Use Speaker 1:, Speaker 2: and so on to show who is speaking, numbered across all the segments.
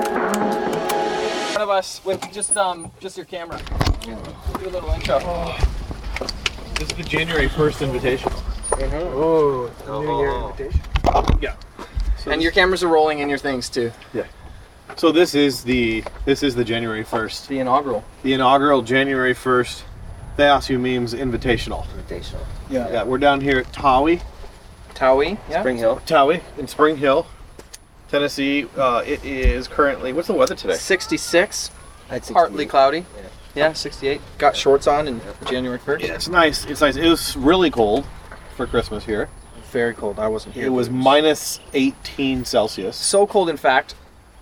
Speaker 1: front of us with just um just your camera. Do a little intro.
Speaker 2: This is the January 1st invitation.
Speaker 3: Oh, it's a New Year
Speaker 1: Oh.
Speaker 3: invitation.
Speaker 2: So
Speaker 1: And your cameras are rolling in your things too.
Speaker 2: this- so this is the this is the January 1st,
Speaker 1: The inaugural.
Speaker 2: the inaugural January 1st Theosu Memes Invitational.
Speaker 4: Invitational.
Speaker 2: Yeah, we're down here at Tawi,
Speaker 1: Towie. Yeah.
Speaker 4: Spring Hill.
Speaker 2: Tawi in Spring Hill, Tennessee. Uh, it is currently what's the weather today?
Speaker 1: 66.
Speaker 4: I'd say
Speaker 1: Partly cloudy.
Speaker 4: Yeah.
Speaker 1: Yeah, 68. Got shorts on in January 1st.
Speaker 2: Yeah, it's nice. It's nice. It was really cold for Christmas here.
Speaker 1: Very cold. I wasn't here.
Speaker 2: It was minus 18 Celsius.
Speaker 1: so cold, in fact.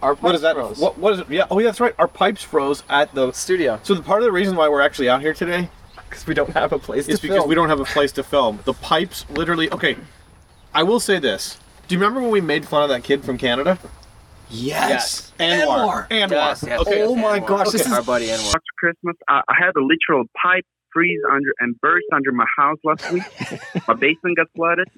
Speaker 1: Our
Speaker 2: What is that?
Speaker 1: pipes froze.
Speaker 2: What, what is it? Yeah. Oh, yeah, that's right. Our pipes froze at the.
Speaker 1: Studio,
Speaker 2: So the part of the reason why we're actually out here today
Speaker 1: because we don't have a place
Speaker 2: It's
Speaker 1: to
Speaker 2: because
Speaker 1: film.
Speaker 2: we don't have a place to film. The pipes literally. Okay, I will say this. Do you remember when we made fun of that kid from Canada?
Speaker 4: Yes.
Speaker 2: Anwar. Anwar.
Speaker 4: Yes, yes,
Speaker 2: okay.
Speaker 4: yes,
Speaker 2: oh my
Speaker 4: Anwar.
Speaker 2: gosh, this
Speaker 4: Our
Speaker 2: is.
Speaker 4: buddy Anwar.
Speaker 5: after Christmas. I, I had a literal pipe freeze under and burst under my house last week. my basement got flooded.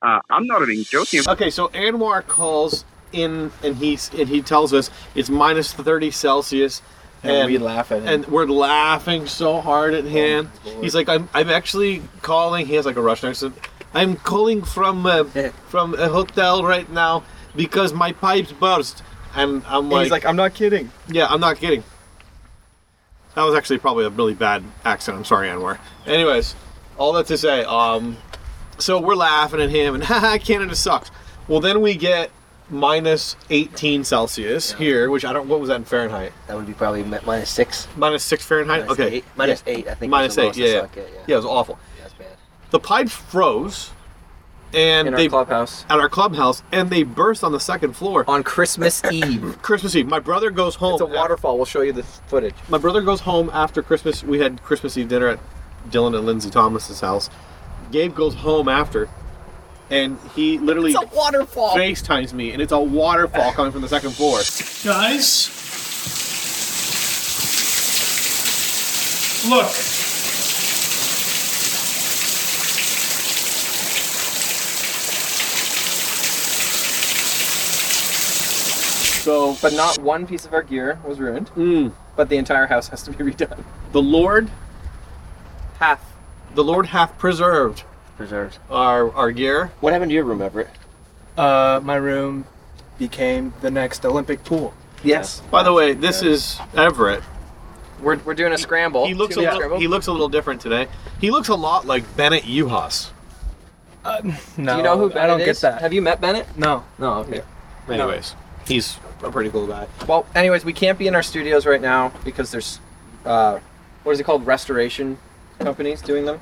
Speaker 5: Uh, I'm not even joking.
Speaker 2: Okay, so Anwar calls in and he's and he tells us it's minus thirty Celsius, and,
Speaker 1: and we laugh at him.
Speaker 2: and we're laughing so hard at him. He's like, I'm I'm actually calling. He has like a Russian accent. I'm calling from uh, from a hotel right now because my pipes burst. And I'm
Speaker 1: he's like, I'm not kidding.
Speaker 2: Yeah, I'm not kidding. That was actually probably a really bad accent. I'm sorry, Anwar. Anyways, all that to say, um, so we're laughing at him and haha, Canada sucks. Well, then we get minus 18 Celsius here, which I don't. What was that in Fahrenheit?
Speaker 4: That would be probably mi- minus six.
Speaker 2: Minus six Fahrenheit.
Speaker 4: Minus
Speaker 2: okay,
Speaker 4: Eight, minus eight, I think.
Speaker 2: Minus
Speaker 4: was the
Speaker 2: eight.
Speaker 4: lowest I
Speaker 2: Yeah,
Speaker 4: saw
Speaker 2: yeah.
Speaker 4: it get,
Speaker 2: yeah, it was awful.
Speaker 4: yeah. That's bad.
Speaker 2: The pipes froze, and
Speaker 1: In
Speaker 2: they
Speaker 1: our clubhouse
Speaker 2: at our clubhouse, and they burst on the second floor.
Speaker 1: on Christmas Eve.
Speaker 2: Christmas Eve, my brother goes home.
Speaker 1: It's a
Speaker 2: after-
Speaker 1: waterfall. We'll show you the footage.
Speaker 2: my brother goes home after Christmas. We had Christmas Eve dinner at Dylan and Lindsay Thomas's house. Gabe goes home after, and he literally
Speaker 1: waterfall.
Speaker 2: FaceTimes me, and it's a waterfall coming from the second floor.
Speaker 6: Guys, look.
Speaker 2: So,
Speaker 1: But not one piece of our gear was ruined.
Speaker 2: mm,
Speaker 1: But the entire house has to be redone.
Speaker 2: the Lord,
Speaker 1: Half.
Speaker 2: the Lord hath preserved
Speaker 4: Preserved.
Speaker 2: our our gear.
Speaker 4: What happened to your room, Everett?
Speaker 3: Uh, my room became the next Olympic pool.
Speaker 1: Yes.
Speaker 2: By the way, this is Everett.
Speaker 1: We're, we're doing a scramble.
Speaker 2: He looks a
Speaker 1: Two-minute
Speaker 2: little,
Speaker 1: scramble.
Speaker 2: he looks a little different today. He looks a lot like Bennett Uhas.
Speaker 3: No,
Speaker 1: Do you know who Bennett
Speaker 3: I don't
Speaker 1: is?
Speaker 3: get that.
Speaker 1: Have you met Bennett?
Speaker 3: no.
Speaker 1: No. Okay.
Speaker 2: Anyways, he's a pretty cool guy.
Speaker 1: Well, anyways, we can't be in our studios right now because there's, uh, what is it called? Restoration companies doing them.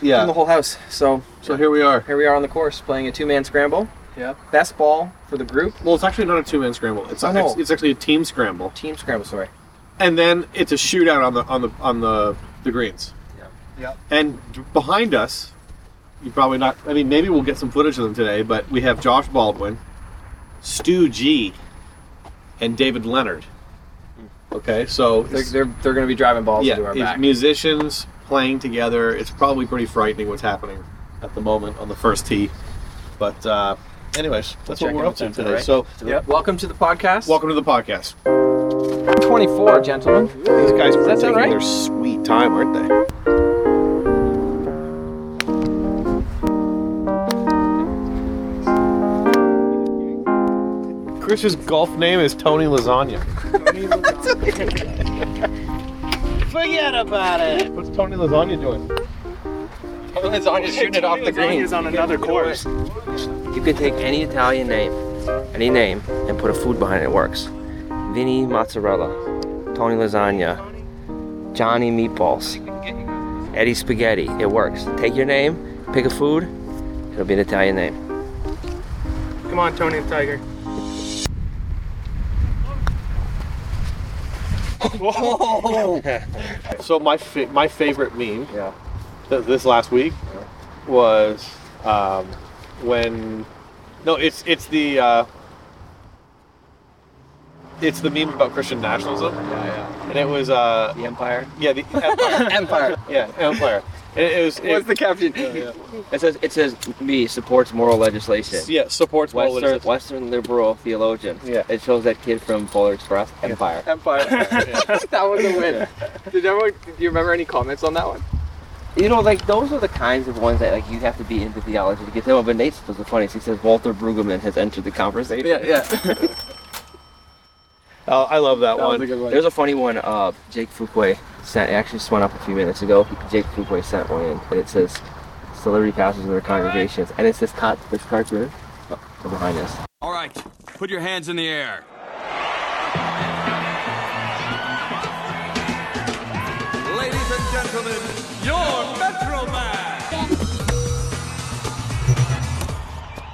Speaker 1: Doing the
Speaker 2: Yeah.
Speaker 1: whole house. So
Speaker 2: So here we are.
Speaker 1: here we are on the course playing a two-man scramble.
Speaker 3: Yeah.
Speaker 1: Best ball for the group.
Speaker 2: Well, it's actually not a two-man scramble. It's,
Speaker 1: I know.
Speaker 2: it's it's actually a team scramble.
Speaker 1: Team scramble. Sorry.
Speaker 2: and then it's a shootout on the on the on the the greens.
Speaker 4: Yeah.
Speaker 3: Yeah.
Speaker 2: And d- behind us, you probably not. I mean, maybe we'll get some footage of them today. But we have Josh Baldwin, Stu G, and David Leonard. Okay, so
Speaker 1: They're
Speaker 2: it's-
Speaker 1: they're, they're going to be driving balls
Speaker 2: yeah,
Speaker 1: into our
Speaker 2: it's
Speaker 1: back.
Speaker 2: musicians playing together. It's probably pretty frightening what's happening at the moment on the first tee. But uh, anyways, that's
Speaker 4: Check
Speaker 2: what we're
Speaker 4: in
Speaker 2: up to
Speaker 4: with them
Speaker 2: today.
Speaker 4: today.
Speaker 2: So
Speaker 1: Yep. Welcome to the podcast.
Speaker 2: welcome to the podcast.
Speaker 1: 24, gentlemen.
Speaker 2: These guys are
Speaker 1: that sound
Speaker 2: taking
Speaker 1: right?
Speaker 2: their sweet time, aren't they? Chris's golf name is Tony Lasagna. Forget about it. What's Tony Lasagna doing?
Speaker 1: It's on just shooting it off the green.
Speaker 6: on another course.
Speaker 4: You could take any Italian name, any name, and put a food behind it. It works. Vinny mozzarella, Tony lasagna, Johnny Meatballs, Eddie Spaghetti. It works. Take your name, pick a food, it'll be an Italian name.
Speaker 3: Come on, Tony and Tiger.
Speaker 2: So my fa- my favorite meme
Speaker 4: Yeah.
Speaker 2: th- this last week was um, when no, it's it's the uh, it's the meme about Christian nationalism,
Speaker 1: yeah.
Speaker 2: and it was uh,
Speaker 1: The Empire.
Speaker 2: yeah the empire,
Speaker 4: Empire.
Speaker 2: yeah empire. And it was it,
Speaker 4: What's the caption?
Speaker 2: yeah.
Speaker 4: It says it says me supports moral legislation.
Speaker 2: yeah supports moral
Speaker 4: Western,
Speaker 2: legislation.
Speaker 4: Western liberal theologian.
Speaker 2: Yeah.
Speaker 4: It shows that kid from Polar Express, Empire.
Speaker 1: Empire. that was a win. Did everyone? Do you remember any comments on that one?
Speaker 4: You know, like those are the kinds of ones that like you have to be into theology to get them. But Nate's was the funniest. He says Walter Brueggemann has entered the conversation.
Speaker 1: Yeah, yeah.
Speaker 2: Oh, I love that,
Speaker 1: That was
Speaker 2: one.
Speaker 1: a good one.
Speaker 4: There's a funny one. Uh, Jake Fuquay sent. It actually just went up a few minutes ago. Jake Fuquay sent one in, and it says celebrity pastors and their congregations, and it's this cot, this cartoon oh, behind us.
Speaker 7: All right, put your hands in the air. Ladies and gentlemen, your Metro Man.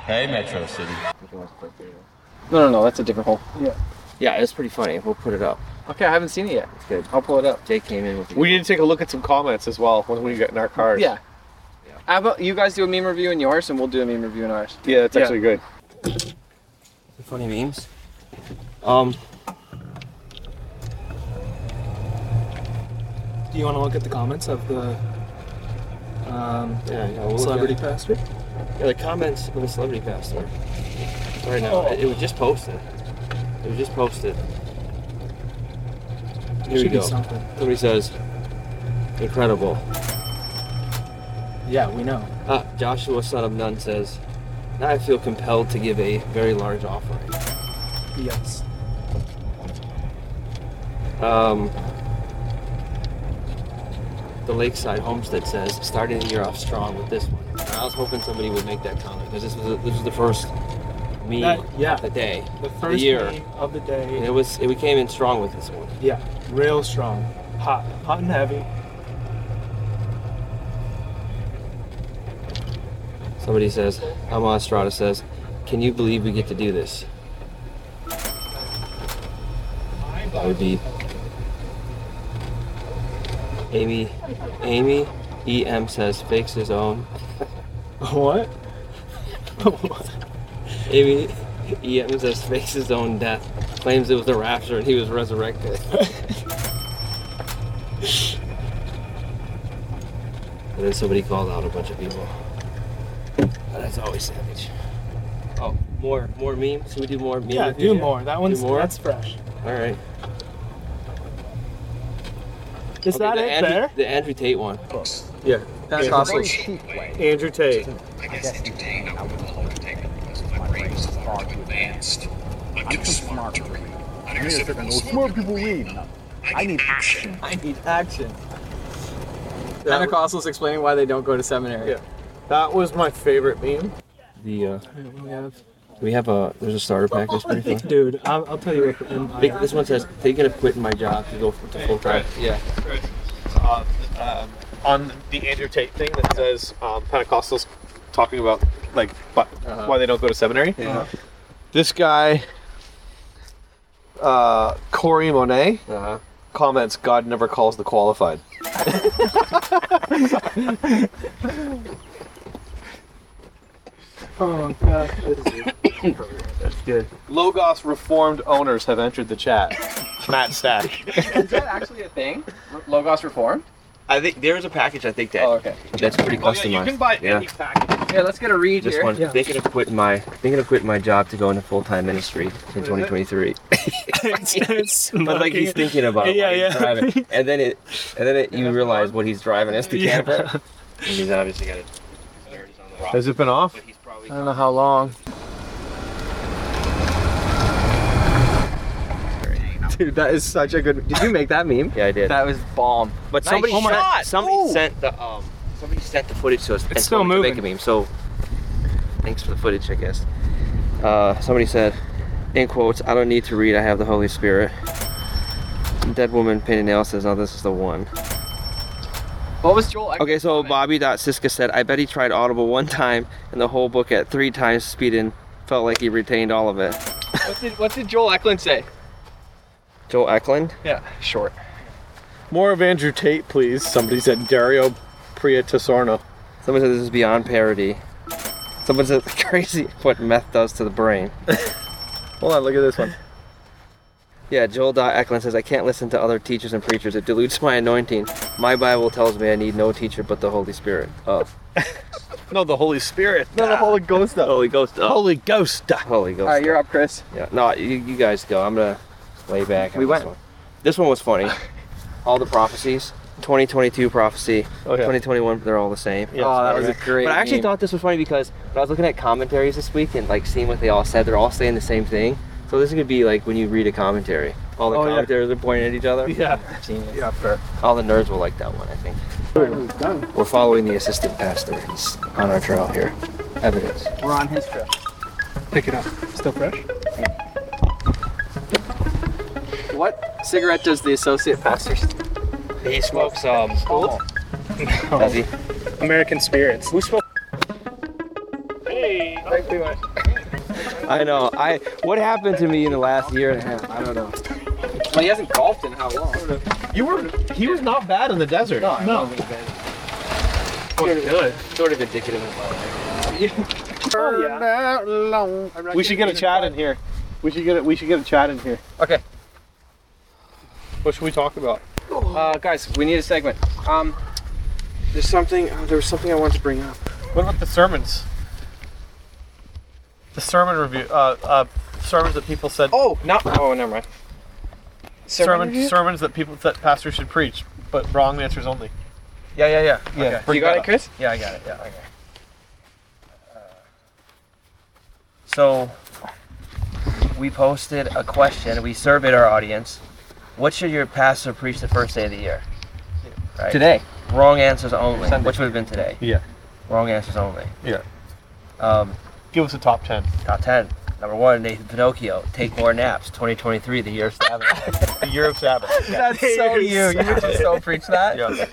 Speaker 7: Hey, Metro City.
Speaker 4: If you want to click through.
Speaker 1: No, no, no. That's a different hole.
Speaker 4: Yeah, it's pretty funny. We'll put it up.
Speaker 1: Okay, I haven't seen it yet.
Speaker 4: It's good.
Speaker 1: I'll pull it up.
Speaker 4: Jake came in with. the-
Speaker 2: We need to take a look at some comments as well when we get in our cars.
Speaker 1: Yeah. How about you guys do a meme review in yours, and we'll do a meme review in ours.
Speaker 2: yeah, that's
Speaker 3: Yeah.
Speaker 2: actually good.
Speaker 4: funny memes. Um,
Speaker 3: Do you want to look at the comments of the um,
Speaker 4: yeah, yeah, we'll
Speaker 3: celebrity
Speaker 4: Look
Speaker 3: pastor?
Speaker 4: at, yeah, the comments of the celebrity pastor. Right now,
Speaker 3: Oh.
Speaker 4: it, it was just posted. It was just posted. Here we
Speaker 3: Should be
Speaker 4: go.
Speaker 3: something.
Speaker 4: Somebody says, "Incredible."
Speaker 3: Yeah, we know.
Speaker 4: Uh, Joshua, son of Nun, says, "Now I feel compelled to give a very large offering."
Speaker 3: Yes.
Speaker 4: Um, the Lakeside Homestead says, starting the year off strong with this one. I was hoping somebody would make that comment because this was this was the first meme
Speaker 3: That- yeah.
Speaker 4: of the day,
Speaker 3: The
Speaker 4: the
Speaker 3: first
Speaker 4: year,
Speaker 3: meme of the
Speaker 4: and
Speaker 3: day.
Speaker 4: it was it, we came in strong with this one.
Speaker 3: Yeah, real strong. Hot, hot and heavy.
Speaker 4: Somebody says, Alma Estrada says, "Can you believe we get to do this?" That would be Amy. Amy EM says fakes his own.
Speaker 3: What?
Speaker 4: Amy EM says fakes his own death, claims it was a rapture and he was resurrected. and then somebody called out a bunch of people. But that's always savage. Oh, more more memes? Should we do more memes?
Speaker 3: Yeah, do more. That one's
Speaker 4: more?
Speaker 3: that's fresh.
Speaker 4: Alright.
Speaker 3: Is
Speaker 4: Okay,
Speaker 3: that
Speaker 4: the
Speaker 3: it
Speaker 4: Andrew,
Speaker 3: there?
Speaker 4: The Andrew Tate one.
Speaker 2: Yeah,
Speaker 1: That's sausage.
Speaker 2: Andrew Tate.
Speaker 8: I guess entertained, I wouldn't hold entertainment because my brain is far too advanced. I'm too smart to read. I don't consider most smart people read. I need action.
Speaker 1: I need action. Pentecostals explaining why they don't go to seminary.
Speaker 2: Yeah. That was my favorite meme.
Speaker 4: The uh, we have a there's a starter pack that's pretty fun.
Speaker 3: Dude, I'll, I'll tell you what.
Speaker 4: I think this one says thinking of quitting my job to go for, to full time.
Speaker 1: Yeah.
Speaker 2: uh, um, on the Andrew Tate thing that says um, Pentecostals talking about like but why they don't go to seminary. Uh-huh. This guy, uh, Corey Monet,
Speaker 4: Uh-huh.
Speaker 2: comments, "God never calls the qualified."
Speaker 3: Oh god.
Speaker 4: That's good.
Speaker 2: Logos reformed owners have entered the chat. Matt Stack.
Speaker 1: Is that actually a thing? Logos reformed?
Speaker 4: I think there is a package I think that
Speaker 1: Oh, okay.
Speaker 4: that's pretty
Speaker 2: Oh,
Speaker 4: customized.
Speaker 2: yeah, you can buy
Speaker 4: Yeah.
Speaker 2: any package.
Speaker 1: Yeah, let's get a read
Speaker 4: This
Speaker 1: here.
Speaker 4: one,
Speaker 3: Yeah.
Speaker 4: thinking of quitting my thinking of quitting my job to go into full time ministry in 2023.
Speaker 3: it's
Speaker 4: but like he's thinking about it,
Speaker 3: Yeah,
Speaker 4: while he's
Speaker 3: yeah.
Speaker 4: driving. and then it, and then it, you realize what he's driving is the
Speaker 3: Yeah.
Speaker 4: camper. And he's obviously got it.
Speaker 2: Has it been off?
Speaker 4: He's probably
Speaker 1: I don't know how long. Dude, that is such a good. Did you make that meme?
Speaker 4: yeah, I did.
Speaker 1: That was bomb.
Speaker 4: But
Speaker 1: Nice
Speaker 4: somebody
Speaker 1: shot.
Speaker 4: sent, somebody
Speaker 1: Ooh.
Speaker 4: sent the um somebody sent the footage to us. and
Speaker 3: still
Speaker 4: told us to
Speaker 3: moving.
Speaker 4: Make a meme. So thanks for the footage, I guess. Uh, somebody said, in quotes, "I don't need to read. I have the Holy Spirit." Dead woman painted nail says, "Oh, this is the one."
Speaker 1: What was Joel? Eckert-
Speaker 4: Okay, so Bobby Dot Siska said, "I bet he tried Audible one time and the whole book at three times speed and felt like he retained all of it."
Speaker 1: What did, what did Joel Eklund say?
Speaker 4: Joel Eklund.
Speaker 1: Yeah, short.
Speaker 2: More of Andrew Tate, please. Somebody said Dario Priatasarno.
Speaker 4: Someone said this is beyond parody. Someone said crazy what meth does to the brain.
Speaker 2: Hold on, look at this one.
Speaker 4: Yeah, Joel Dot Eklund says, I can't listen to other teachers and preachers. It dilutes my anointing. My Bible tells me I need no teacher but the Holy Spirit. Oh.
Speaker 2: No, the Holy Spirit. No, the
Speaker 4: Holy Ghost. Holy Ghost. Oh.
Speaker 2: Holy Ghost.
Speaker 4: Holy Ghost.
Speaker 1: All right, you're up, Chris.
Speaker 4: Yeah. No, you, you guys go. I'm going to lay back. on
Speaker 1: We
Speaker 4: this
Speaker 1: went.
Speaker 4: One. This one was funny. all the prophecies. 2022 prophecy.
Speaker 2: Oh, yeah.
Speaker 4: 2021, they're all the same.
Speaker 1: oh, that was a
Speaker 2: right.
Speaker 1: great.
Speaker 4: But I actually
Speaker 1: meme.
Speaker 4: thought this was funny because when I was looking at commentaries this week and like seeing what they all said, they're all saying the same thing. So this could be like when you read a commentary, all the
Speaker 2: Oh, yeah.
Speaker 4: commentaries are pointing at each other.
Speaker 2: Yeah.
Speaker 1: Genius.
Speaker 2: Yeah, fair.
Speaker 4: All the nerds will like that one, I think. We're following the assistant pastor. He's on our trail here. Evidence.
Speaker 1: We're on his trip.
Speaker 3: Pick it up. Still fresh?
Speaker 1: What cigarette does the associate pastor?
Speaker 4: He smokes um. Does he?
Speaker 3: American spirits.
Speaker 4: Who smokes?
Speaker 6: Hey,
Speaker 4: I know. I. What happened to me in the last year and a half? I don't know.
Speaker 1: Well, he hasn't golfed in how long?
Speaker 2: You were. He was not bad in the desert.
Speaker 6: no.
Speaker 3: Good.
Speaker 4: Sort of indicative of my life.
Speaker 3: Oh, yeah.
Speaker 2: We should get a chat in here.
Speaker 3: We should get a, we should get a chat in here.
Speaker 1: Okay,
Speaker 2: What should we talk about?
Speaker 1: uh, guys, we need a segment. Um, there's something. Oh, there was something I wanted to bring up.
Speaker 2: What about the sermons? The sermon review. Uh, uh, sermons that people said.
Speaker 1: Oh, not. Oh, never mind.
Speaker 2: sermon,
Speaker 1: review?
Speaker 2: sermons that people that pastors should preach, but wrong answers only.
Speaker 1: Yeah, yeah, yeah. yeah.
Speaker 2: bring
Speaker 1: You got
Speaker 2: that
Speaker 1: it,
Speaker 2: up.
Speaker 1: Chris?
Speaker 2: Yeah, I got it. Yeah. Okay.
Speaker 4: Uh, So, we posted a question. We surveyed our audience. What should your pastor preach the first day of the year? Right.
Speaker 1: Today.
Speaker 4: Wrong answers only,
Speaker 1: Sunday.
Speaker 4: which would have been today.
Speaker 2: Yeah.
Speaker 4: Wrong answers only.
Speaker 2: Yeah.
Speaker 4: Um,
Speaker 2: Give us a top ten.
Speaker 4: top 10. Number one, Nathan Pinocchio. Take more naps. 2023, the year of Sabbath.
Speaker 2: The year of Sabbath.
Speaker 4: That's so you. You would just so preach that.
Speaker 2: yeah.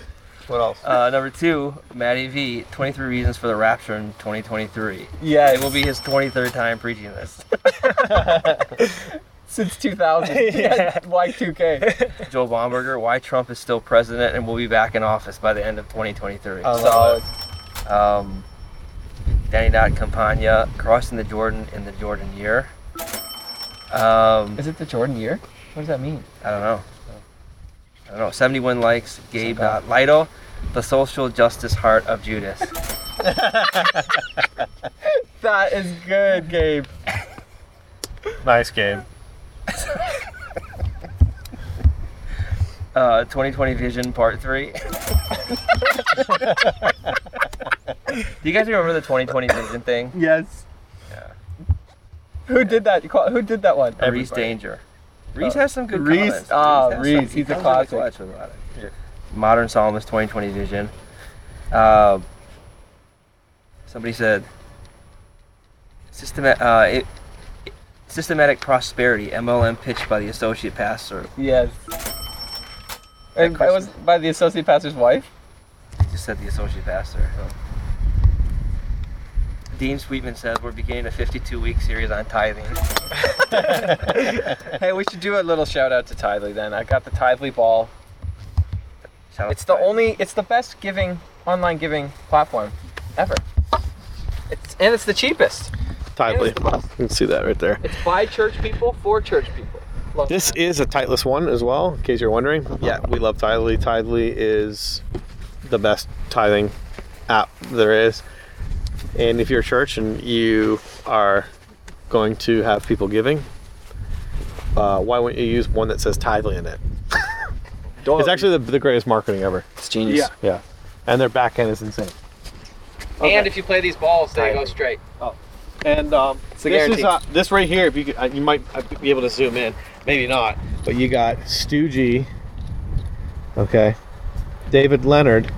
Speaker 2: What else?
Speaker 4: Uh, number two, Matty V. 23 reasons for the rapture in 2023. Yeah. It will be his 23rd time preaching this.
Speaker 1: Since 2000. yeah. Y2K.
Speaker 4: Joel Bomberger. Why Trump is still president and will be back in office by the end of 2023.
Speaker 1: Solid.
Speaker 4: Um, Danny Dot Campagna. Crossing the Jordan in the Jordan year. Um,
Speaker 1: Is it the Jordan year? What does that mean?
Speaker 4: I don't know. I don't know. 71 likes. Gabe dot Lido, the social justice heart of Judas.
Speaker 1: That is good, Gabe.
Speaker 2: Nice game.
Speaker 4: Uh, 2020 Vision Part Three. Do you guys remember the 2020 Vision thing?
Speaker 1: Yes.
Speaker 4: Yeah.
Speaker 1: Who did that? Who did that one?
Speaker 4: Reese Danger. Reese has some good
Speaker 1: Oh. Reese-
Speaker 4: comments.
Speaker 1: ah,
Speaker 4: has
Speaker 1: Reese,
Speaker 4: some-
Speaker 1: he's a
Speaker 4: comes out of the
Speaker 1: classic.
Speaker 4: clutch with a lot of-
Speaker 2: Yeah.
Speaker 4: Modern Psalmist 2020 Vision. Uh, somebody said systematic uh, it, systematic prosperity MLM pitched by the associate pastor.
Speaker 1: Yes. And that was by the associate pastor's wife.
Speaker 4: He just said the associate pastor. Dean Sweetman says we're beginning a 52-week series on tithing.
Speaker 1: hey, we should do a little shout out to Tidley then. I got the Tidley ball.
Speaker 4: Shout out
Speaker 1: It's
Speaker 4: to
Speaker 1: the
Speaker 4: tithing.
Speaker 1: only. It's the best giving online giving platform ever. It's and it's the cheapest.
Speaker 2: Tightly. You can see that right there.
Speaker 1: It's by church people for church people. Love
Speaker 2: This
Speaker 1: that.
Speaker 2: is a tightless one as well, in case you're wondering. Yeah, we love Tidely. Tidely is the best tithing app there is. And if you're a church and you are going to have people giving, uh, why wouldn't you use one that says Tidely in it? It's actually the, the greatest marketing ever.
Speaker 1: it's genius.
Speaker 3: Yeah.
Speaker 2: Yeah. And their back end is insane.
Speaker 1: And if you play these balls, they go straight.
Speaker 2: And um,
Speaker 1: a
Speaker 2: this is
Speaker 1: guarantee.
Speaker 2: uh, this right here. If you could, uh, you might uh, be able to zoom in, maybe not. But you got Stoogie, okay, David Leonard,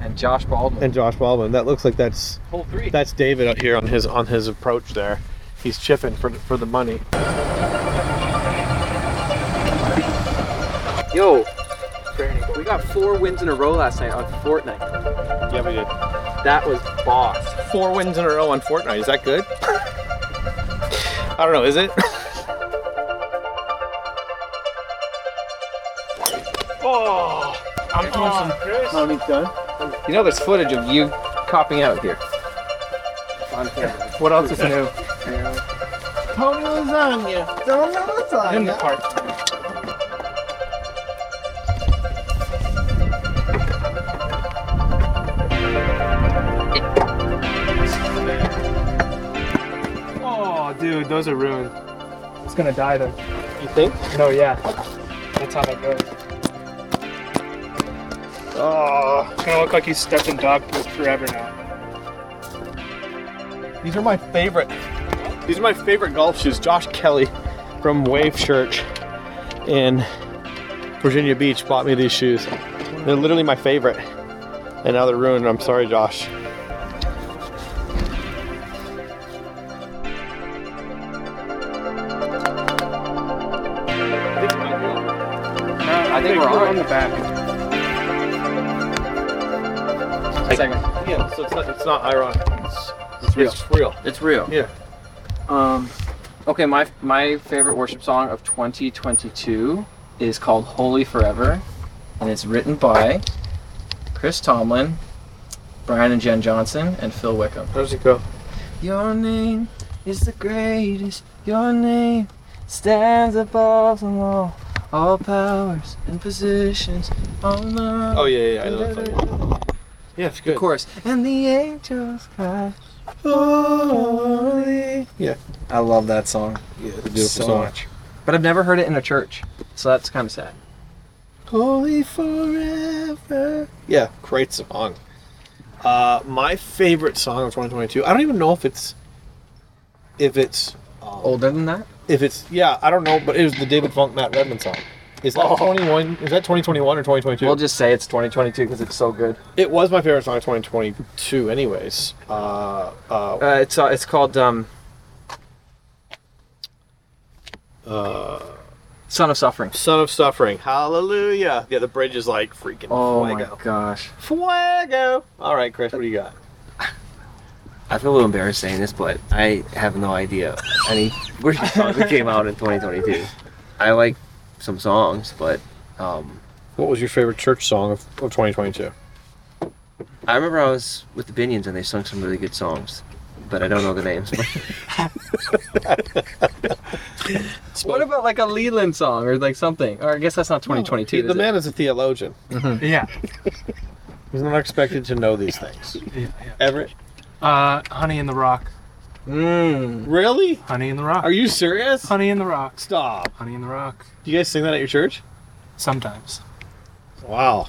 Speaker 1: And Josh Baldwin.
Speaker 2: and Josh Baldwin. That looks like that's
Speaker 1: Pull three.
Speaker 2: that's David out here on his on his approach there. He's chipping for for the money.
Speaker 1: Yo, we got four wins in a row last night on Fortnite.
Speaker 2: Yeah, we did.
Speaker 1: That was boss.
Speaker 2: Four wins in a row on Fortnite. Is that good? I don't know. Is it?
Speaker 6: Oh, I'm doing some. Chris.
Speaker 3: Mommy's done.
Speaker 1: You know, there's footage of you copping out here.
Speaker 3: On camera.
Speaker 1: What else is new?
Speaker 2: Tony lasagna.
Speaker 3: In the park. Oh, dude, those are ruined. It's gonna die then.
Speaker 1: You think?
Speaker 3: No, yeah. That's how that goes. Oh, it's gonna look like he's stuck in dog poop forever now.
Speaker 2: These are my favorite. These are my favorite golf shoes. Josh Kelly from Wave Church in Virginia Beach bought me these shoes. They're literally my favorite. And now they're ruined. I'm sorry, Josh.
Speaker 3: I
Speaker 1: think we're
Speaker 3: on
Speaker 1: on.
Speaker 3: the back.
Speaker 2: Yeah, so it's not, it's not ironic. It's, it's real. It's real.
Speaker 1: It's real.
Speaker 2: Yeah.
Speaker 1: Um, okay, my my favorite worship song of 2022 is called "Holy Forever," and it's written by Chris Tomlin, Brian and Jen Johnson, and Phil Wickham.
Speaker 2: How does it go?
Speaker 1: Your name is the greatest. Your name stands above them all. All powers and positions. All love.
Speaker 2: Oh, yeah, yeah, yeah, I know that song. Yeah, it's good.
Speaker 1: Of course. And the angels cry. Holy.
Speaker 2: Yeah.
Speaker 1: I love that song.
Speaker 2: Yeah, it's a
Speaker 1: so much. But I've never heard it in a church. So that's kind of sad.
Speaker 2: Holy forever. Yeah, great song. Uh, my favorite song of 2022. I don't even know if it's, if it's, um,
Speaker 1: Older than that?
Speaker 2: if it's. Yeah, I don't know, but it was the David Funk Matt Redman song. Is that 21? Is that 2021 or 2022?
Speaker 1: We'll just say it's 2022 because it's so good.
Speaker 2: it was my favorite song of 2022, anyways. Uh, uh,
Speaker 1: Uh, it's uh, it's called um,
Speaker 2: uh,
Speaker 1: Son of Suffering.
Speaker 2: Son of Suffering. Hallelujah. Yeah, the bridge is like freaking
Speaker 1: Oh my
Speaker 2: fuego.
Speaker 1: gosh.
Speaker 2: Fuego. All right, Chris, what do you got?
Speaker 4: I feel a little embarrassed saying this, but I have no idea any worship songs that came out in 2022. I like some songs, but um,
Speaker 2: What was your favorite church song of, of 2022?
Speaker 4: I remember I was with the Binions and they sung some really good songs, but I don't know the names.
Speaker 1: What about like a Leland song or like something? Or I guess that's not 2022.
Speaker 2: The
Speaker 1: is it?
Speaker 2: man is a theologian.
Speaker 3: Yeah.
Speaker 2: He's not expected to know these things. Ever?
Speaker 3: Uh, Honey in the Rock.
Speaker 1: Mm.
Speaker 2: Really?
Speaker 3: Honey in the Rock.
Speaker 2: Are you serious?
Speaker 3: Honey in the Rock.
Speaker 2: Stop.
Speaker 3: Honey in the Rock.
Speaker 2: Do you guys sing that at your church?
Speaker 3: Sometimes.
Speaker 2: Wow.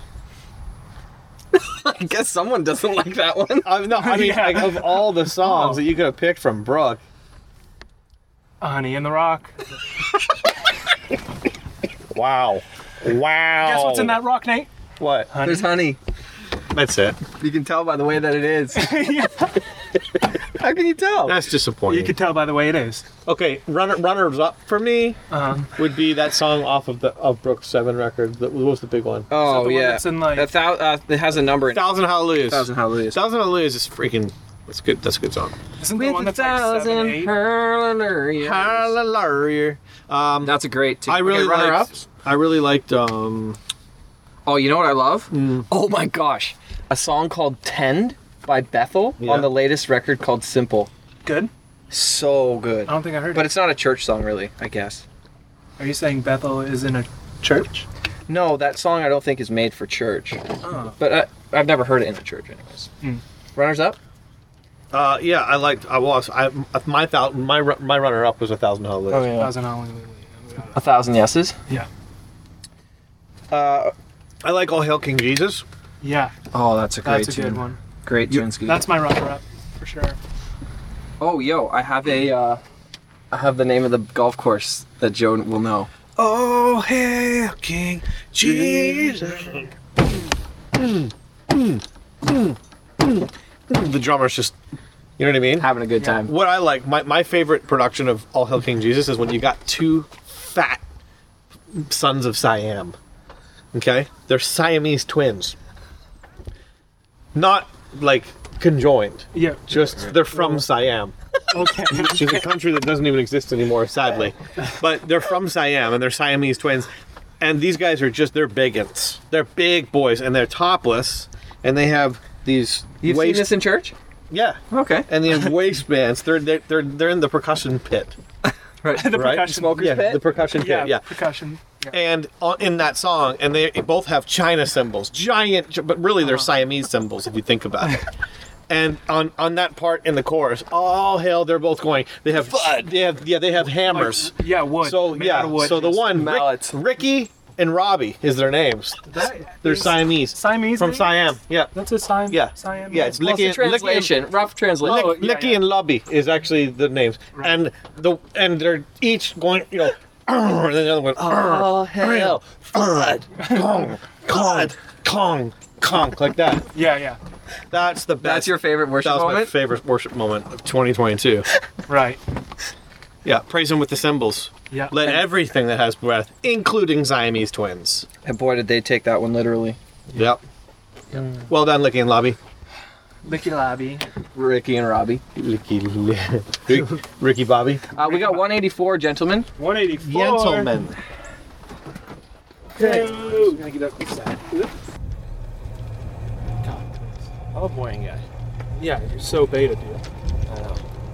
Speaker 1: I guess someone doesn't like that one.
Speaker 2: I, no, I mean,
Speaker 3: Yeah.
Speaker 2: like, of all the songs
Speaker 3: Oh.
Speaker 2: that you could have picked from Brooke,
Speaker 3: Honey in the Rock.
Speaker 2: wow. Wow.
Speaker 3: Guess what's in that rock, Nate?
Speaker 2: What?
Speaker 3: Honey.
Speaker 1: There's honey.
Speaker 2: That's it.
Speaker 1: You can tell by the way that it is.
Speaker 3: yeah.
Speaker 1: How can you tell?
Speaker 2: That's disappointing.
Speaker 3: You could tell by the way it is.
Speaker 2: Okay, runner, runners up for me
Speaker 3: Um,
Speaker 2: would be that song off of the of Brooke's Seven record. That what was the big one.
Speaker 1: Oh
Speaker 3: the one
Speaker 1: yeah.
Speaker 3: that's in, like-
Speaker 1: a thou- uh, it has a number in it.
Speaker 2: Thousand Hallelujahs.
Speaker 1: Thousand hallelujahs.
Speaker 2: Thousand Hallelujahs is freaking. That's good. That's a good song.
Speaker 3: isn't the one that's like seven, eight?
Speaker 1: hallelujahs.
Speaker 2: Hallelujah. Um,
Speaker 1: That's a great. T-
Speaker 2: I really
Speaker 1: runner
Speaker 2: liked.
Speaker 1: up.
Speaker 2: I really liked. Um,
Speaker 1: Oh, you know what I love? Oh my gosh, a song called "Tend" by Bethel
Speaker 2: Yeah.
Speaker 1: on the latest record called "Simple."
Speaker 3: Good.
Speaker 1: So good.
Speaker 3: I don't think I heard
Speaker 1: But
Speaker 3: but
Speaker 1: it's not a church song, really. I guess.
Speaker 3: it. Are you saying Bethel is in a church?
Speaker 1: No, that song I don't think is made for church.
Speaker 3: Oh.
Speaker 1: But I, I've never heard it in a church, anyways.
Speaker 3: Mm.
Speaker 1: Runners up.
Speaker 2: uh, yeah, I liked. I was. I my thou, my ru- my runner up was a Thousand Hallelujah.
Speaker 3: Thousand Hallelujah.
Speaker 1: A thousand yeses.
Speaker 3: Yeah.
Speaker 1: Uh,
Speaker 2: I like All Hail King Jesus.
Speaker 3: Yeah,
Speaker 1: oh, that's a great
Speaker 3: that's a
Speaker 1: tune.
Speaker 3: good one.
Speaker 1: Great tune. Skeet.
Speaker 3: That's my runner up for sure.
Speaker 1: Oh, yo, I have a, uh, I have the name of the golf course that Joe will know.
Speaker 2: Oh Hail King Jesus. The drummer's just. You know what I mean?
Speaker 1: Having a good time.
Speaker 2: what I like, my, my favorite production of All Hail King Jesus is when you got two fat sons of Siam Okay? They're Siamese twins. Not like conjoined.
Speaker 3: Yeah.
Speaker 2: Just they're from Siam.
Speaker 3: Okay.
Speaker 2: Which is a country that doesn't even exist anymore, sadly. But they're from Siam and they're Siamese twins. And these guys are just they're biggins. They're big boys and they're topless and they have these
Speaker 1: You've
Speaker 2: waist
Speaker 1: seen this in church?
Speaker 2: Yeah.
Speaker 1: Okay.
Speaker 2: And they have waistbands. They're they're they're, they're in the percussion pit.
Speaker 1: Right.
Speaker 3: the
Speaker 2: Right?
Speaker 3: percussion.
Speaker 1: Smoker's
Speaker 2: yeah,
Speaker 1: pit?
Speaker 2: the percussion pit.
Speaker 3: Yeah,
Speaker 2: yeah
Speaker 3: Percussion. Yeah.
Speaker 2: and on, in that song, and they both have China symbols, giant, gi- but really
Speaker 3: Uh-huh.
Speaker 2: they're Siamese symbols if you think about it. And on on that part in the chorus, all hell, they're both going. They have they have yeah they have hammers.
Speaker 3: yeah, wood.
Speaker 2: So
Speaker 3: Made
Speaker 2: yeah,
Speaker 3: out of wood.
Speaker 2: so the one Rick-
Speaker 4: mallets.
Speaker 2: Ricky and Robbie is their names.
Speaker 3: That-
Speaker 2: They're Siamese
Speaker 3: Siamese
Speaker 2: from
Speaker 3: name?
Speaker 2: Siam. Yeah.
Speaker 3: That's a Siam.
Speaker 2: Yeah,
Speaker 3: Siam.
Speaker 2: yeah, it's
Speaker 3: name.
Speaker 1: Well, it's a
Speaker 2: Licky- Licky-
Speaker 1: translation. rough translation.
Speaker 2: Lick,
Speaker 3: Oh, yeah,
Speaker 2: Licky
Speaker 3: yeah.
Speaker 2: and Lobby is actually the names, and the and they're each going, you know, and then the other one,
Speaker 1: Oh, hell.
Speaker 2: Fud, Kong, Kong, Kong, Kong, like that.
Speaker 3: Yeah, yeah.
Speaker 2: That's the best.
Speaker 1: That's your favorite worship
Speaker 2: That was my
Speaker 1: moment?
Speaker 2: favorite worship moment of 2022.
Speaker 3: Right.
Speaker 2: yeah, praise him with the cymbals.
Speaker 3: Yeah.
Speaker 2: Let everything that has breath, including Siamese twins.
Speaker 1: and boy, did they take that one literally.
Speaker 2: Yep. Well done, Licky and Lobby.
Speaker 3: Licky Lobby.
Speaker 1: Ricky and Robbie.
Speaker 2: Licky, Lick- Ricky Bobby.
Speaker 1: Uh, we got 184, gentlemen.
Speaker 3: 184.
Speaker 2: Gentlemen.
Speaker 3: Oh boy, guy. Yeah, you're so beta, dude.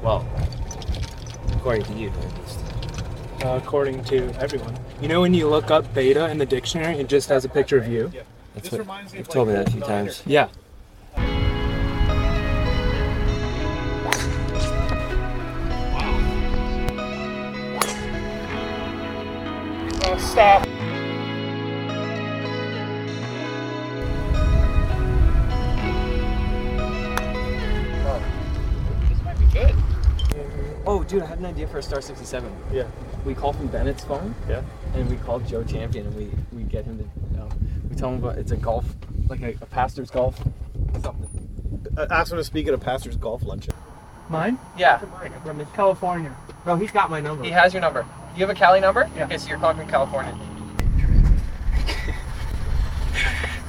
Speaker 4: Well, according to you, at least.
Speaker 3: Uh, according to everyone. You know when you look up beta in the dictionary, it just has a picture of you.
Speaker 4: That's what, you've told me that a few times.
Speaker 3: Yeah.
Speaker 1: Oh, dude, I had an idea for a Star 67.
Speaker 2: Yeah.
Speaker 1: We call from Bennett's phone.
Speaker 2: Yeah.
Speaker 1: And we call Joe Champion and we, we get him to, um, we tell him about it's a golf, like a, a pastor's golf something.
Speaker 2: Uh, ask him to speak at a pastor's golf luncheon.
Speaker 3: Mine?
Speaker 1: Yeah.
Speaker 3: From California. Bro, he's got my number.
Speaker 1: He has your number. Do you have a Cali number?
Speaker 3: Yeah.
Speaker 1: Okay, so you're calling from California.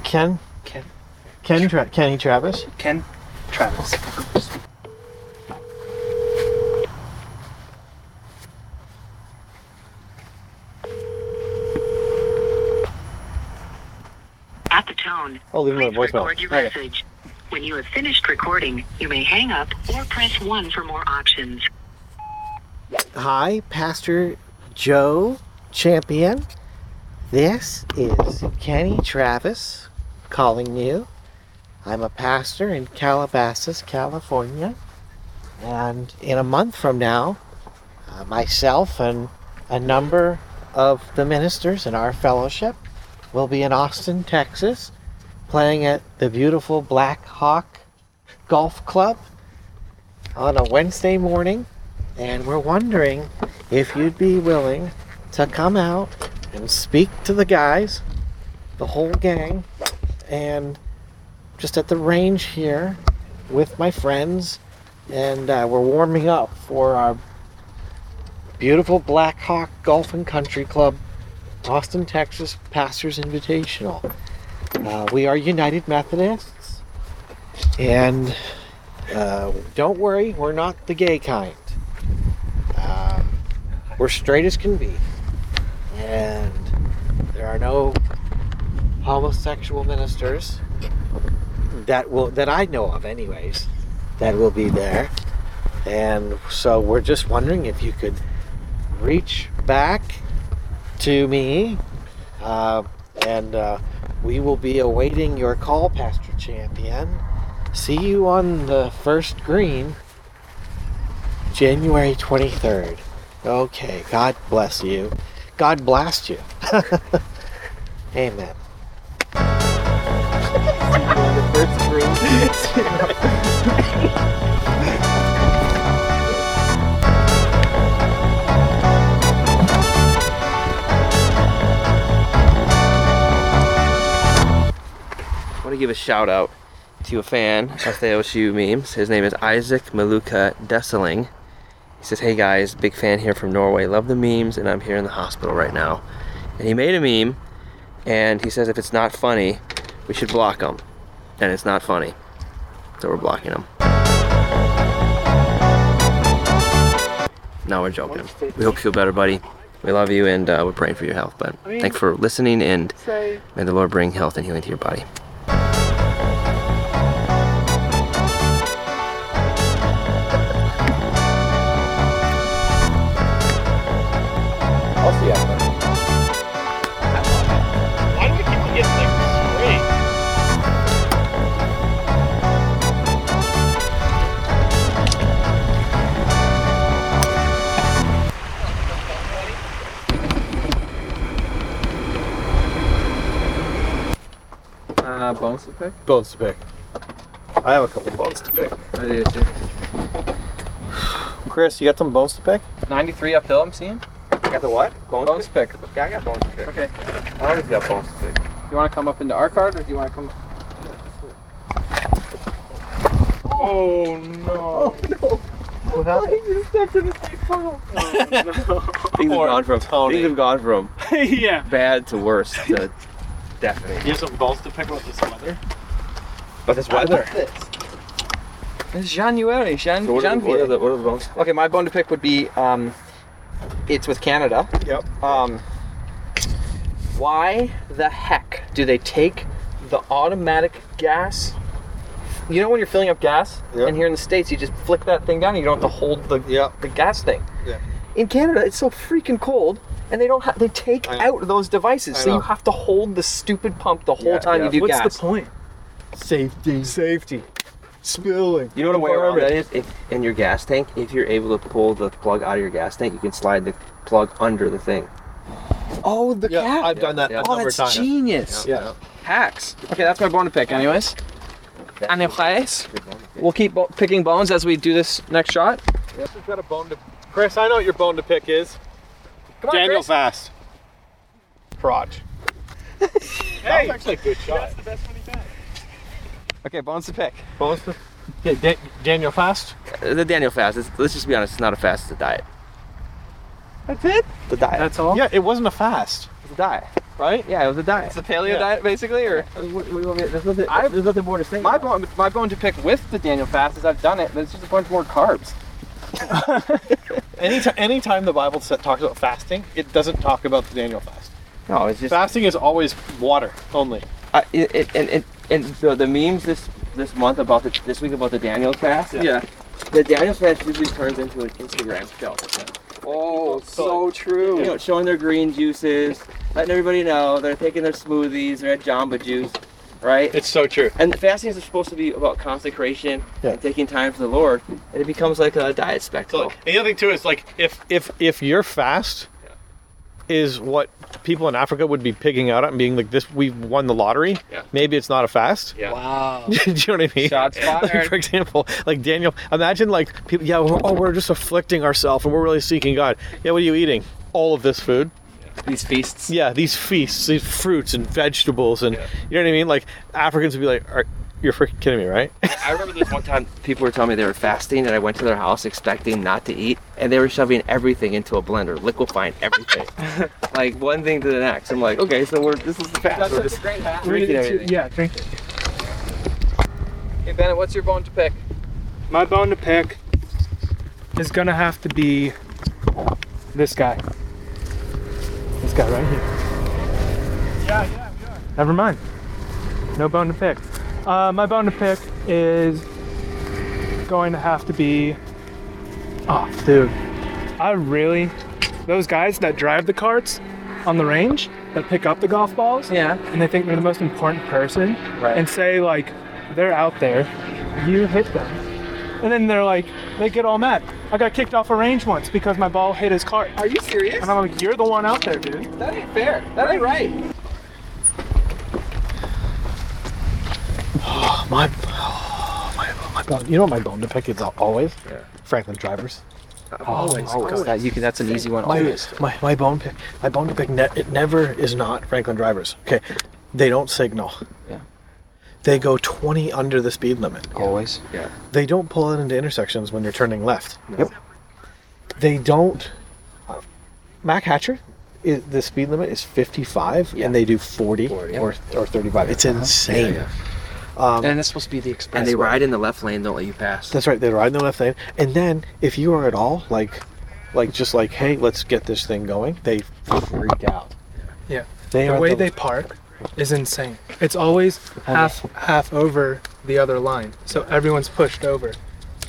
Speaker 2: Ken?
Speaker 3: Ken.
Speaker 2: Ken Tra- Kenny Travis?
Speaker 3: Ken Travis.
Speaker 9: At the tone,
Speaker 2: I'll Oh, leave him a
Speaker 9: please
Speaker 2: voicemail.
Speaker 9: record your message. When you have finished recording, you may hang up or press 1 for more options.
Speaker 10: Hi, Pastor Joe Champion. This is Kenny Travis calling you. I'm a pastor in Calabasas, California. And in a month from now, uh, myself and a number of the ministers in our fellowship will be in Austin, Texas, playing at the beautiful Black Hawk Golf Club on a Wednesday morning and we're wondering if you'd be willing to come out and speak to the guys, the whole gang, and just at the range here with my friends, and uh, we're warming up for our beautiful Black Hawk Golf and Country Club, Austin, Texas Pastors Invitational. Uh, we are United Methodists, and uh, don't worry, we're not the gay kind. Um, we're straight as can be. And there are no homosexual ministers that will that I know of anyways that will be there. And so we're just wondering if you could reach back to me uh, and uh, we will be awaiting your call, Pastor Champion. See you on the first green. January 23rd. Okay, God bless you. God blast you. Amen.
Speaker 4: I want to give a shout out to a fan of the OSU memes. His name is Isaac Maluka Dessaling. He says, Hey guys, big fan here from Norway. Love the memes, and I'm here in the hospital right now. And he made a meme and he says if it's not funny, we should block him. And it's not funny, so we're blocking him. No, we're joking. We hope you feel better, buddy. We love you, and uh, we're praying for your health. But
Speaker 11: I mean,
Speaker 4: thanks for listening, and
Speaker 11: say-
Speaker 4: may the Lord bring health and healing to your body.
Speaker 11: I'll see you after. Why do we keep getting like straight?
Speaker 1: Uh, bones to pick?
Speaker 2: Bones to pick. I have a couple bones to pick.
Speaker 1: I do too.
Speaker 2: Chris, you got some bones to pick?
Speaker 1: 93 uphill, I'm seeing.
Speaker 4: Got the what? Bones,
Speaker 1: pick.
Speaker 4: Yeah, I got bones pick.
Speaker 1: Okay.
Speaker 4: I always got bones pick.
Speaker 1: You want to come up into our card, or do you want to come?
Speaker 6: Oh no.
Speaker 4: What happened?
Speaker 6: I just stepped in the same funnel.
Speaker 4: Things have gone from things have gone from
Speaker 6: yeah.
Speaker 4: bad to worse to deafening.
Speaker 6: You have some balls to pick with this weather?
Speaker 4: But this
Speaker 1: It's January, Jan-
Speaker 4: So what are, the, what, are the, what are the bones?
Speaker 1: Okay, my bone to pick would be um, it's with Canada.
Speaker 2: Yep.
Speaker 1: Um,
Speaker 11: Why the heck do they take the automatic gas? You know when you're filling up gas, and here in the states you just flick that thing down. And you don't have to hold the the gas thing.
Speaker 2: Yeah.
Speaker 11: In Canada, it's so freaking cold, and they don't ha- they take out those devices,
Speaker 2: I
Speaker 11: so
Speaker 2: know.
Speaker 11: you have to hold the stupid pump the whole
Speaker 2: Yeah,
Speaker 11: time
Speaker 2: yeah.
Speaker 11: you do
Speaker 2: What's
Speaker 11: gas.
Speaker 2: the
Speaker 3: point?
Speaker 2: Safety. Safety. Spilling.
Speaker 4: You know what a way around that is? If in your gas tank, if you're able to pull the plug out of your gas tank, you can slide the plug under the thing.
Speaker 1: Oh, the cat.
Speaker 2: I've done that a
Speaker 11: Oh,
Speaker 2: number of times.
Speaker 1: genius.
Speaker 2: Yeah.
Speaker 1: Hacks. Okay, that's my bone to pick, anyways. Anyways, we'll keep bo- picking bones as we do this next shot.
Speaker 2: Chris has got a bone to. Chris, I know what your bone to pick is.
Speaker 1: Come on,
Speaker 2: Daniel
Speaker 1: Chris.
Speaker 2: Fast. Crotch.
Speaker 6: Hey,
Speaker 2: actually a good shot.
Speaker 1: Okay, bones to pick.
Speaker 2: Bones to. Yeah, Dan- Daniel Fast.
Speaker 4: The Daniel fast. It's, let's just be honest. It's not a fast. It's a diet.
Speaker 1: That's it.
Speaker 4: The diet.
Speaker 1: That's all.
Speaker 2: Yeah, it wasn't a fast.
Speaker 4: It's a diet.
Speaker 1: Right?
Speaker 4: Yeah, it was a diet.
Speaker 1: It's the paleo
Speaker 4: Yeah.
Speaker 1: diet, basically, or
Speaker 4: There's nothing,
Speaker 1: I-
Speaker 4: there's nothing more to say.
Speaker 1: my bone, my bone to pick with the Daniel fast is I've done it, but it's just a bunch more carbs.
Speaker 2: Anytime, anytime the Bible sa- talks about fasting, it doesn't talk about the Daniel fast.
Speaker 4: No, it's just
Speaker 2: Fasting is always water only.
Speaker 4: I, it, it, and, and, and so the memes this this month about the this week about the Daniel fast.
Speaker 1: Yeah.
Speaker 4: The Daniel fast usually turns into an Instagram show.
Speaker 1: Oh, so true.
Speaker 4: You know, showing their green juices, letting everybody know they're taking their smoothies, they're at Jamba Juice, right?
Speaker 2: It's so true.
Speaker 4: And fasting is supposed to be about consecration
Speaker 2: Yeah.
Speaker 4: and taking time for the Lord, and it becomes like a diet spectacle.
Speaker 2: And the other thing too is like if if if your fast is what people in Africa would be picking out and being like this we won the lottery.
Speaker 4: Yeah.
Speaker 2: Maybe it's not a fast.
Speaker 1: Wow.
Speaker 2: Do you know what I mean?
Speaker 1: Shots
Speaker 2: Like,
Speaker 1: fired.
Speaker 2: for example, like Daniel, imagine like people. Yeah, we're, oh, we're just afflicting ourselves, and we're really seeking God. Yeah, what are you eating? All of this food.
Speaker 1: These feasts.
Speaker 2: Yeah, these feasts, these fruits and vegetables, and you know what I mean. Like Africans would be like, Are, "You're freaking kidding me, right?"
Speaker 4: I remember this one time people were telling me they were fasting, and I went to their house expecting not to eat, and they were shoving everything into a blender, liquefying everything, like one thing to the next. I'm like, okay, so we're this is the fast.
Speaker 1: That's
Speaker 4: we're
Speaker 1: such
Speaker 4: just
Speaker 1: a great hack.
Speaker 4: drinking everything.
Speaker 3: Yeah, drink it.
Speaker 1: Hey Bennett, what's your bone to pick?
Speaker 3: My bone to pick is gonna have to be this guy. This guy right here.
Speaker 6: Yeah, yeah, we are.
Speaker 3: Never mind. No bone to pick. Uh, my bone to pick is going to have to be. Oh, dude. I really. Those guys that drive the carts on the range that pick up the golf balls.
Speaker 1: Yeah.
Speaker 3: And they think they're the most important person.
Speaker 1: Right.
Speaker 3: And say, like, they're out there, you hit them. And then they're like, they get all mad. I got kicked off a range once because my ball hit his cart.
Speaker 1: Are you serious?
Speaker 3: And I'm like, you're the one out there, dude.
Speaker 1: That ain't fair. That ain't right.
Speaker 2: Oh, my, oh, my, my bone. You know what my bone to pick is always? Franklin Drivers.
Speaker 1: Always, always. That, you can, that's an easy one.
Speaker 2: My,
Speaker 1: Always.
Speaker 2: my, my bone pick, my bone to pick, ne- it never is not Franklin drivers. Okay, they don't signal.
Speaker 1: Yeah.
Speaker 2: They go 20 under the speed limit.
Speaker 1: Always.
Speaker 4: Yeah.
Speaker 2: They don't pull out into intersections when you're turning left.
Speaker 1: Yep.
Speaker 2: They don't. uh, Mac Hatcher
Speaker 10: is, the speed limit is 55, and they do 40, or, or 35. It's insane.
Speaker 4: Yeah,
Speaker 10: Um,
Speaker 1: and it's supposed to be the express.
Speaker 4: And they ride in the left lane, don't let you pass.
Speaker 10: That's right. They ride in the left lane, and then if you are at all like, like just like, hey, let's get this thing going. They freak out.
Speaker 3: Yeah.
Speaker 10: They
Speaker 3: the
Speaker 10: are
Speaker 3: way
Speaker 10: the-
Speaker 3: they park is insane. It's always half half over the other line, so everyone's pushed over.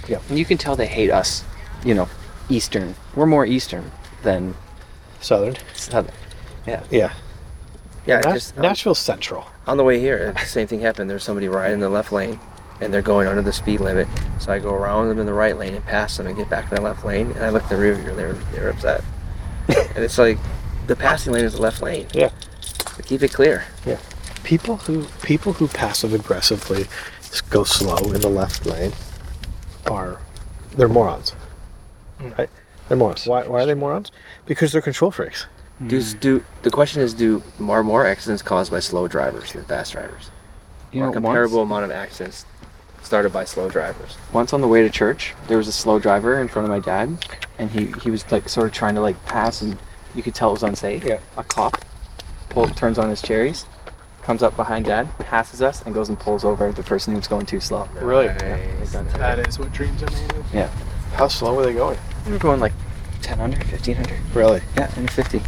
Speaker 1: Yeah. And you can tell they hate us. You know, Eastern. We're more Eastern than
Speaker 10: Southern.
Speaker 1: Southern. Yeah.
Speaker 10: Yeah.
Speaker 4: Yeah,
Speaker 1: Nash-
Speaker 4: just
Speaker 10: Nashville Central.
Speaker 4: On the way here, the same thing happened. There's somebody riding in the left lane, and they're going under the speed limit. So I go around them in the right lane and pass them and get back in the left lane. And I look at the rear view, and they were they were upset. and it's like, the passing lane is the left lane.
Speaker 10: Yeah.
Speaker 4: keep it clear.
Speaker 10: Yeah. People who people who passive aggressively s- go slow in the left lane are they're morons.
Speaker 3: Hmm.
Speaker 10: Right? They're morons. Why, why are they morons? Because they're control freaks.
Speaker 4: Do
Speaker 1: Hmm.
Speaker 4: do the question is do more more accidents caused by slow drivers than fast drivers?
Speaker 1: You
Speaker 4: Or
Speaker 1: know,
Speaker 4: a comparable amount of accidents started by slow drivers.
Speaker 1: Once on the way to church, there was a slow driver in front of my dad, and he, he was like sort of trying to like pass, and you could tell it was unsafe. Yeah. A cop pull, turns on his cherries, comes up behind dad, passes us, and goes and pulls over the person who's going too slow.
Speaker 3: Really?
Speaker 1: Yeah.
Speaker 3: That is what dreams are made of.
Speaker 1: yeah.
Speaker 10: How slow were they going?
Speaker 1: They were going like 10 under, 15 under.
Speaker 10: Really?
Speaker 1: Yeah, and 50.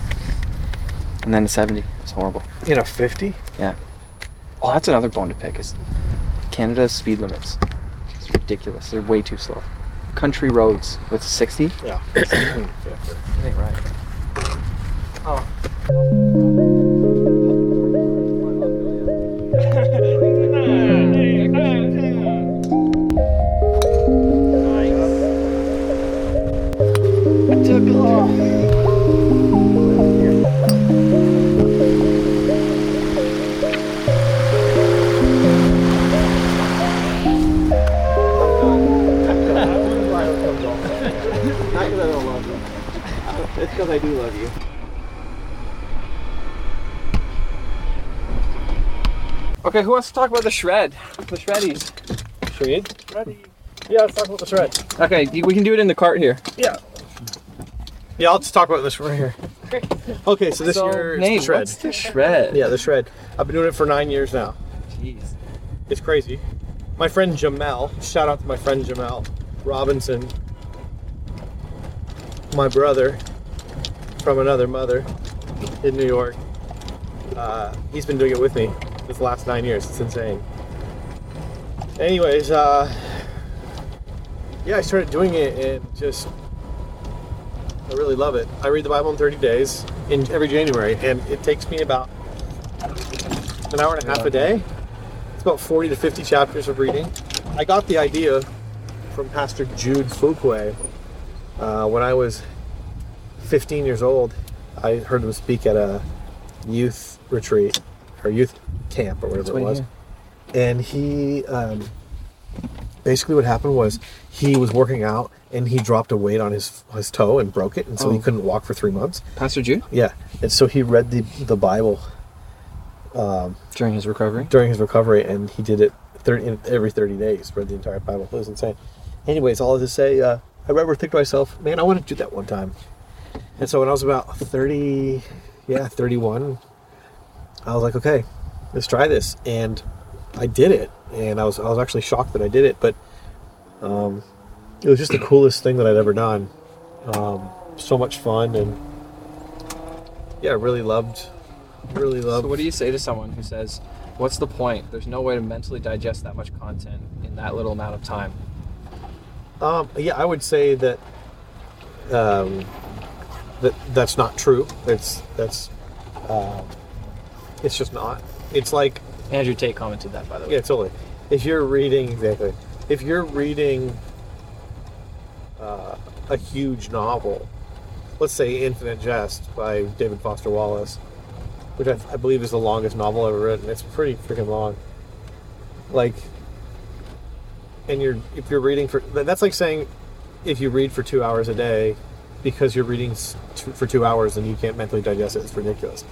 Speaker 1: And then a 70. It's horrible.
Speaker 10: You know, fifty?
Speaker 1: Yeah. Well, that's another bone to pick is Canada's speed limits. It's ridiculous. They're way too slow. Country roads with 60.
Speaker 10: Yeah.
Speaker 1: ain't right.
Speaker 3: Oh.
Speaker 10: Not because I don't love you. It's because I do love you.
Speaker 1: Okay, who wants to talk about the shred? The shreddies.
Speaker 10: Shred?
Speaker 1: Yeah, let's talk about the
Speaker 10: shred.
Speaker 1: Okay, y- we can do it in the cart here.
Speaker 10: Yeah.
Speaker 2: Yeah, let's talk about this right here. Okay, so this
Speaker 1: So,
Speaker 2: year
Speaker 1: Nate,
Speaker 2: it's the shred.
Speaker 1: what's the shred?
Speaker 2: Yeah, the shred. I've been doing it for nine years now.
Speaker 1: Jeez.
Speaker 2: It's crazy. My friend Jamel, shout out to my friend Jamel Robinson, my brother from another mother in New York. Uh, he's been doing it with me this last nine years. It's insane. Anyways, uh, yeah, I started doing it and just I really love it. I read the Bible in 30 days in every January, and it takes me about an hour and a half a day. It's about 40 to 50 chapters of reading. I got the idea from Pastor Jude Fuquay uh, when I was 15 years old. I heard him speak at a youth retreat or youth camp or whatever
Speaker 10: That's
Speaker 2: it
Speaker 10: what
Speaker 2: was.
Speaker 10: he-
Speaker 2: And he um, basically what happened was he was working out and he dropped a weight on his his toe and broke it, and so he
Speaker 1: Oh.
Speaker 2: couldn't walk for three months.
Speaker 1: Pastor Jude?
Speaker 2: Yeah, and so he read the the Bible um,
Speaker 1: during his recovery.
Speaker 2: During his recovery, and he did it 30, in- every thirty days. Read the entire Bible. It was insane. Anyways, all to say, uh, I remember thinking to myself, man, I want to do that one time. And so when I was about thirty, yeah, thirty-one, I was like, okay, let's try this, and I did it. And I was I was actually shocked that I did it, but um, it was just the coolest thing that I'd ever done. Um, so much fun, and yeah, really loved, really loved.
Speaker 1: So, what do you say to someone who says, What's the point? There's no way to mentally digest that much content in that little amount of time.
Speaker 2: Um, yeah, I would say that um, that that's not true. It's that's uh, it's just not. It's like
Speaker 1: Andrew Tate commented that, by the way.
Speaker 2: yeah, totally. If you're reading exactly, if you're reading uh, a huge novel, let's say Infinite Jest by David Foster Wallace, which I, I believe is the longest novel ever written. It's pretty freaking long. Like, and you're if you're reading for tha- that's like saying if you read for two hours a day because you're reading s- two, for two hours and you can't mentally digest it. It's ridiculous.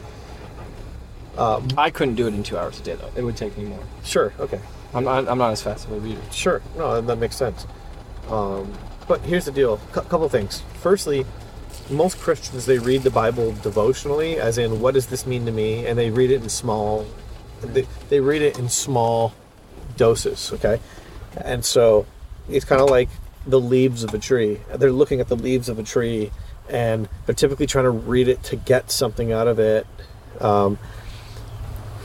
Speaker 2: Um,
Speaker 1: I couldn't do it in two hours a day, though. It would take me more.
Speaker 2: Sure. Okay.
Speaker 1: I'm not, I'm not as fast of a reader.
Speaker 2: Sure. No, that makes sense. Um, but here's the deal. A couple things. Firstly, most Christians they read the Bible devotionally, as in what does this mean to me, and they read it in small. They, they read it in small doses. Okay, and so it's kind of like the leaves of a tree. They're looking at the leaves of a tree, and they're typically trying to read it to get something out of it. Um,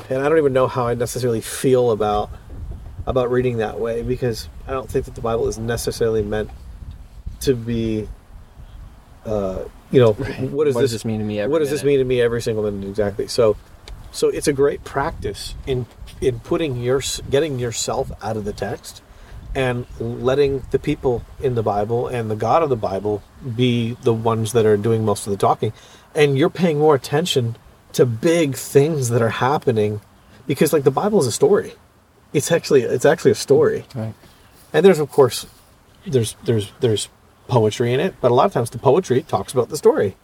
Speaker 2: and I don't even know how I necessarily feel about about reading that way because I don't think that the Bible is necessarily meant to be uh, you know what does
Speaker 1: What
Speaker 2: this,
Speaker 1: does this mean to me every
Speaker 2: what does this
Speaker 1: minute?
Speaker 2: mean to me every single minute exactly so so it's a great practice in in putting your getting yourself out of the text and letting the people in the Bible and the God of the Bible be the ones that are doing most of the talking and you're paying more attention to big things that are happening because like the Bible is a story it's actually it's actually a story
Speaker 12: Right.
Speaker 2: and there's of course there's there's there's poetry in it but a lot of times the poetry talks about the story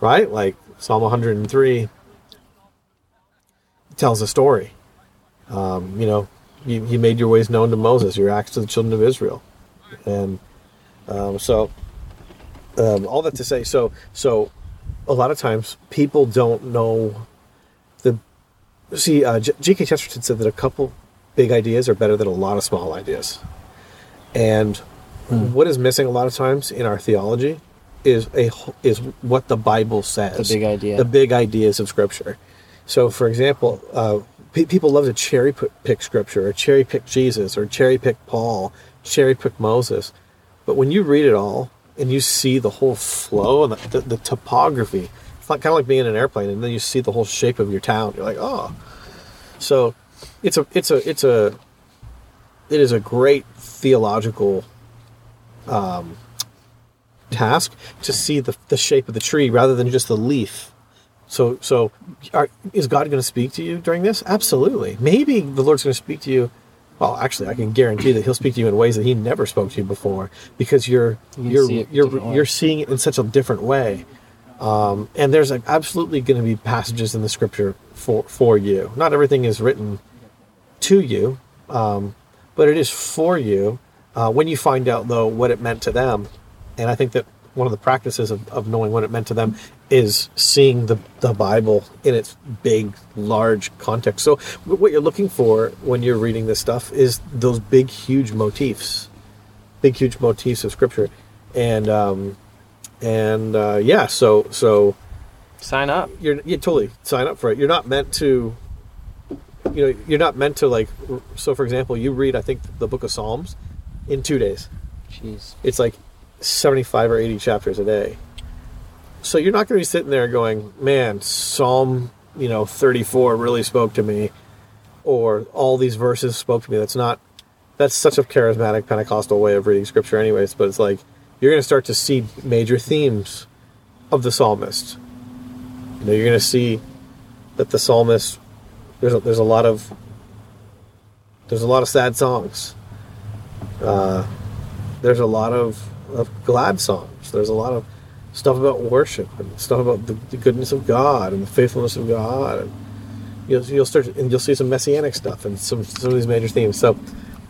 Speaker 2: right like psalm 103 tells a story um, you know you, you made your ways known to moses your acts to the children of israel and um, so um, all that to say so so a lot of times people don't know the see uh, J- j.k chesterton said that a couple big ideas are better than a lot of small ideas and
Speaker 1: Hmm.
Speaker 2: what is missing a lot of times in our theology is a wh- is what the Bible says.
Speaker 1: The big idea.
Speaker 2: The big ideas of Scripture. So, for example, uh, pe- people love to cherry p- pick Scripture, or cherry pick Jesus, or cherry pick Paul, cherry pick Moses. But when you read it all and you see the whole flow and the, the, the topography, it's like, kind of like being in an airplane, and then you see the whole shape of your town. You're like, oh. So, it's a it's a it's a it is a great theological um, task to see the, the shape of the tree rather than just the leaf. So, so are, is God going to speak to you during this? Absolutely. Maybe the Lord's going to speak to you. Well, actually, I can guarantee that He'll speak to you in ways that He never spoke to you before because you're
Speaker 1: You can
Speaker 2: you're
Speaker 1: see it
Speaker 2: you're
Speaker 1: different way.
Speaker 2: you're seeing it in such a different way. Um, and there's like, absolutely going to be passages in the Scripture for for you. Not everything is written to you, um, but it is for you uh, when you find out, though, what it meant to them. And I think that one of the practices of, of knowing what it meant to them is seeing the, the Bible in its big, large context. So, wh- what you're looking for when you're reading this stuff is those big, huge motifs, big, huge motifs of Scripture. And, um, and uh, yeah, so, so
Speaker 1: sign up.
Speaker 2: You're, you totally sign up for it. You're not meant to you know you're not meant to like r- so for example you read i think the book of psalms in two days
Speaker 1: jeez
Speaker 2: it's like 75 or 80 chapters a day so you're not going to be sitting there going man psalm you know 34 really spoke to me or all these verses spoke to me that's not that's such a charismatic pentecostal way of reading scripture anyways but it's like you're going to start to see major themes of the psalmist you know you're going to see that the psalmist there's a, there's a lot of there's a lot of sad songs. Uh, there's a lot of, of glad songs. There's a lot of stuff about worship and stuff about the, the goodness of God and the faithfulness of God. And you'll, you'll start and you'll see some messianic stuff and some some of these major themes. So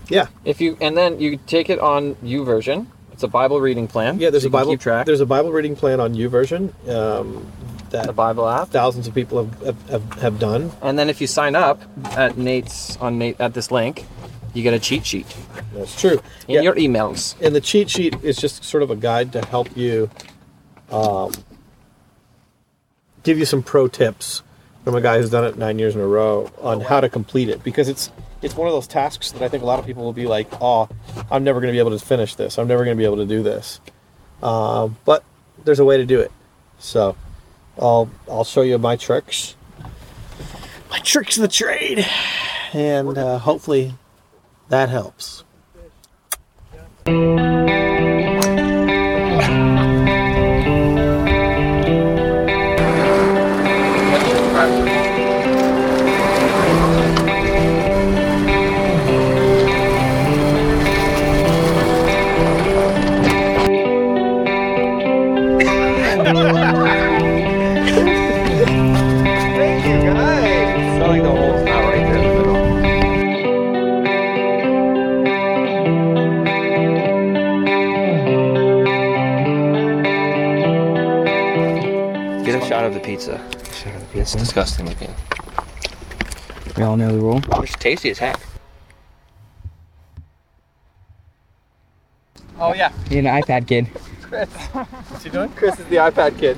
Speaker 2: yeah,
Speaker 1: If you and then you take it on U version. It's a Bible reading plan.
Speaker 2: Yeah, there's
Speaker 1: so
Speaker 2: a
Speaker 1: you can
Speaker 2: Bible
Speaker 1: keep track.
Speaker 2: There's a Bible reading plan on U version. Um, that the
Speaker 1: Bible app.
Speaker 2: Thousands of people have, have, have, have done.
Speaker 1: And then if you sign up at Nate's on Nate at this link, you get a cheat sheet.
Speaker 2: That's true.
Speaker 1: In your emails.
Speaker 2: And the cheat sheet is just sort of a guide to help you um, give you some pro tips from a guy who's done it nine years in a row on how to complete it because it's it's one of those tasks that I think a lot of people will be like, oh, I'm never going to be able to finish this. I'm never going to be able to do this. Um, but there's a way to do it. So I'll I'll show you my tricks. My tricks of the trade, and uh, hopefully that helps.
Speaker 11: Thank you guys. Selling the whole spot right there in the middle.
Speaker 4: pizza. It's disgusting looking.
Speaker 12: We all know the rule.
Speaker 4: It's tasty as heck.
Speaker 11: Oh yeah,
Speaker 12: You're an iPad kid.
Speaker 11: Chris. What's he doing? Chris is the iPad kid.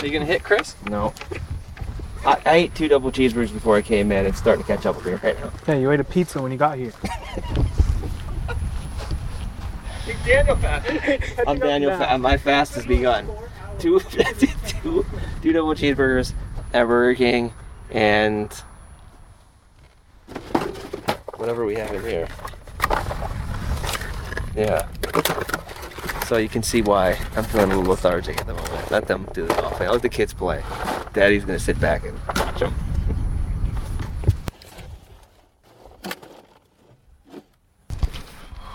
Speaker 1: Are you gonna hit Chris?
Speaker 4: No. I, I ate two double cheeseburgers before I came in. It's starting to catch up with me right now.
Speaker 3: Yeah, you ate a pizza when you got here.
Speaker 11: Daniel fast.
Speaker 4: I'm Daniel. Fa- my fast has begun. Two, two, two double cheeseburgers at Burger King, and whatever we have in here. Yeah. So you can see why I'm feeling a little lethargic at the moment. Let them do the golf thing. I'll let the kids play. Daddy's gonna sit back and watch them.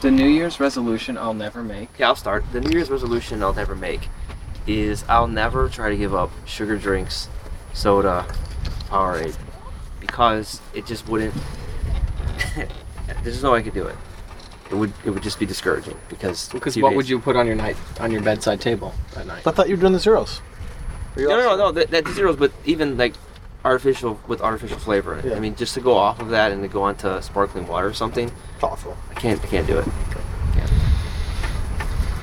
Speaker 1: The New Year's resolution I'll never make.
Speaker 4: Yeah, I'll start. The New Year's resolution I'll never make is I'll never try to give up sugar drinks, soda, Powerade, because it just wouldn't. There's no way I could do it. It would it would just be discouraging because
Speaker 12: Because what would you put on your night on your bedside table that night?
Speaker 2: I thought you were doing the zeros.
Speaker 4: No, no, no, no. That, that zeros, but even like artificial with artificial flavor. in it.
Speaker 2: Yeah.
Speaker 4: I mean, just to go off of that and to go onto sparkling water or something. It's
Speaker 2: awful.
Speaker 4: I can't. I can't do it.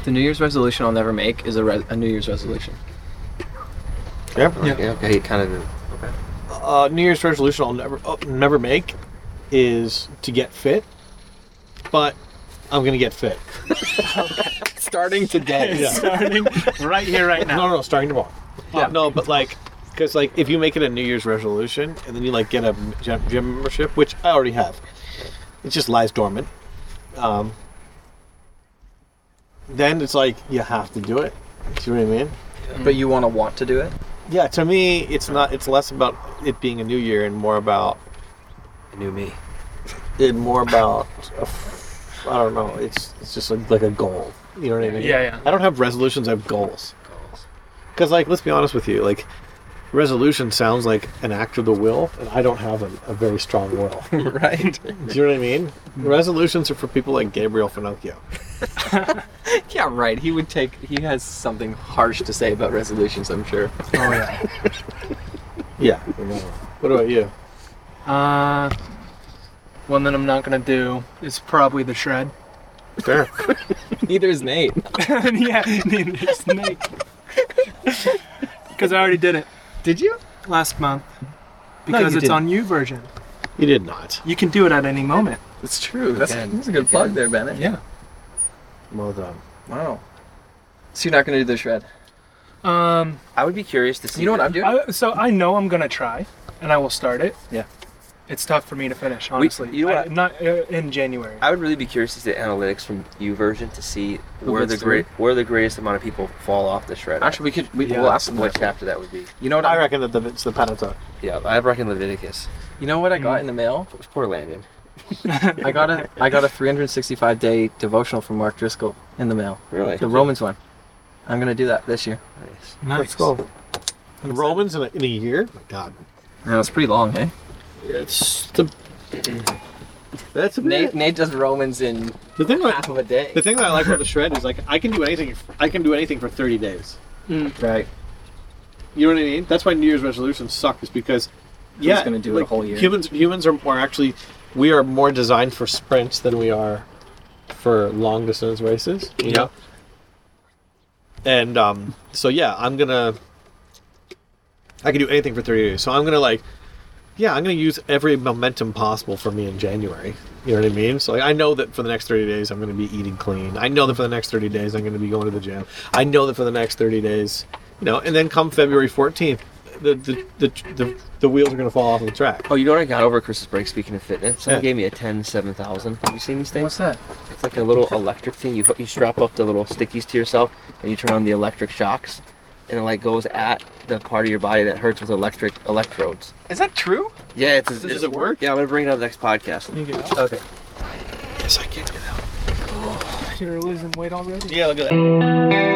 Speaker 1: The New Year's resolution I'll never make is a, re- a New Year's resolution.
Speaker 2: Yep.
Speaker 4: Okay. Okay. It kind of. Okay.
Speaker 2: Uh, New Year's resolution I'll never uh, never make is to get fit, but I'm gonna get fit.
Speaker 12: Starting today.
Speaker 2: starting right here, right now. No, no, starting tomorrow. Yeah. no, but like, because like, if you make it a New Year's resolution and then you like get a gym, gym membership, which I already have, it just lies dormant. Um, then it's like you have to do it. See what I mean?
Speaker 1: But you want to want to do it?
Speaker 2: Yeah. To me, it's not. It's less about it being a new year and more about
Speaker 4: a new me.
Speaker 2: And more about. a f- I don't know. It's it's just like, like a goal. You know what I mean?
Speaker 3: Yeah, yeah.
Speaker 2: I don't have resolutions. I have goals. Because, like, let's be honest with you, like, resolution sounds like an act of the will, and I don't have a, a very strong will.
Speaker 12: right.
Speaker 2: Do you know what I mean? Resolutions are for people like Gabriel Finocchio.
Speaker 12: Yeah, right. He would take. He has something harsh to say about resolutions. I'm sure. Oh yeah.
Speaker 2: yeah. What about you?
Speaker 3: Uh, one that I'm not gonna do is probably the shred.
Speaker 2: Fair.
Speaker 12: Neither is Nate.
Speaker 3: yeah, neither is Nate. Because I already did it.
Speaker 2: Did you?
Speaker 3: Last month.
Speaker 12: No,
Speaker 3: Because
Speaker 12: you
Speaker 3: it's
Speaker 12: didn't.
Speaker 3: on you version.
Speaker 2: You did not.
Speaker 3: You can do it at any moment.
Speaker 12: It's true. That's, that's a good plug there, Bennett. Yeah.
Speaker 2: Well done.
Speaker 1: Wow. So you're not gonna do the shred?
Speaker 3: Um,
Speaker 4: I would be curious to see.
Speaker 1: You know what I'm doing?
Speaker 3: I, so I know I'm gonna try, and I will start it.
Speaker 1: Yeah.
Speaker 3: It's tough for me to finish, honestly.
Speaker 4: you know what
Speaker 3: I- not uh, in January.
Speaker 4: I would really be curious to see the analytics from you version to see
Speaker 1: Who
Speaker 4: where the
Speaker 1: gets
Speaker 4: great where the greatest amount of people fall off the shredder.
Speaker 1: Actually, we could. We,
Speaker 4: Yeah.
Speaker 1: We'll ask them
Speaker 4: what
Speaker 1: that.
Speaker 4: chapter that would be.
Speaker 1: You know what?
Speaker 2: I reckon that the, it's the Pentateuch.
Speaker 4: Yeah, I reckon Leviticus.
Speaker 1: You know what I got in the mail?
Speaker 4: Poor Landon.
Speaker 1: I got a I got a 365 day devotional from Mark Driscoll in the mail.
Speaker 4: Really?
Speaker 1: The Romans one. I'm gonna do that this year.
Speaker 4: Nice.
Speaker 2: Let's go. Romans in a, in a year? my God.
Speaker 1: Yeah, it's pretty long, eh?
Speaker 2: It's the. That's a
Speaker 1: Nate, Nate does Romans in
Speaker 2: The thing that-
Speaker 1: half of a day.
Speaker 2: The thing that I like about the shred is like I can do anything. I can do anything for thirty days.
Speaker 1: Right.
Speaker 2: You know what I mean? That's why New Year's resolutions suck. Is because yeah,
Speaker 1: gonna do it a
Speaker 2: like,
Speaker 1: whole year?
Speaker 2: Humans, humans are, are actually we are more designed for sprints than we are for long distance races. You know. And um, so yeah, I'm gonna. I can do anything for thirty days. So I'm gonna like, yeah, I'm gonna use every momentum possible for me in January. You know what I mean? So like, I know that for the next thirty days I'm gonna be eating clean. I know that for the next thirty days I'm gonna be going to the gym. I know that for the next thirty days, you know. And then come February 14th, the the the, the, the wheels are gonna fall off the track.
Speaker 4: Oh, you know what I got over Christmas break? Speaking of fitness, someone
Speaker 2: Yeah.
Speaker 4: gave me a 10 7000. Have you seen these things?
Speaker 1: What's that?
Speaker 4: It's like a little electric thing. You hook, you strap up the little stickies to yourself, and you turn on the electric shocks, and it like goes at the part of your body that hurts with electric electrodes.
Speaker 1: Is that true?
Speaker 4: Yeah, it's.
Speaker 1: Does
Speaker 4: it's,
Speaker 1: it work?
Speaker 4: Yeah, I'm gonna bring it up next podcast.
Speaker 1: Okay.
Speaker 2: Yes, I can do that.
Speaker 3: You're losing weight already.
Speaker 2: Yeah, look at that.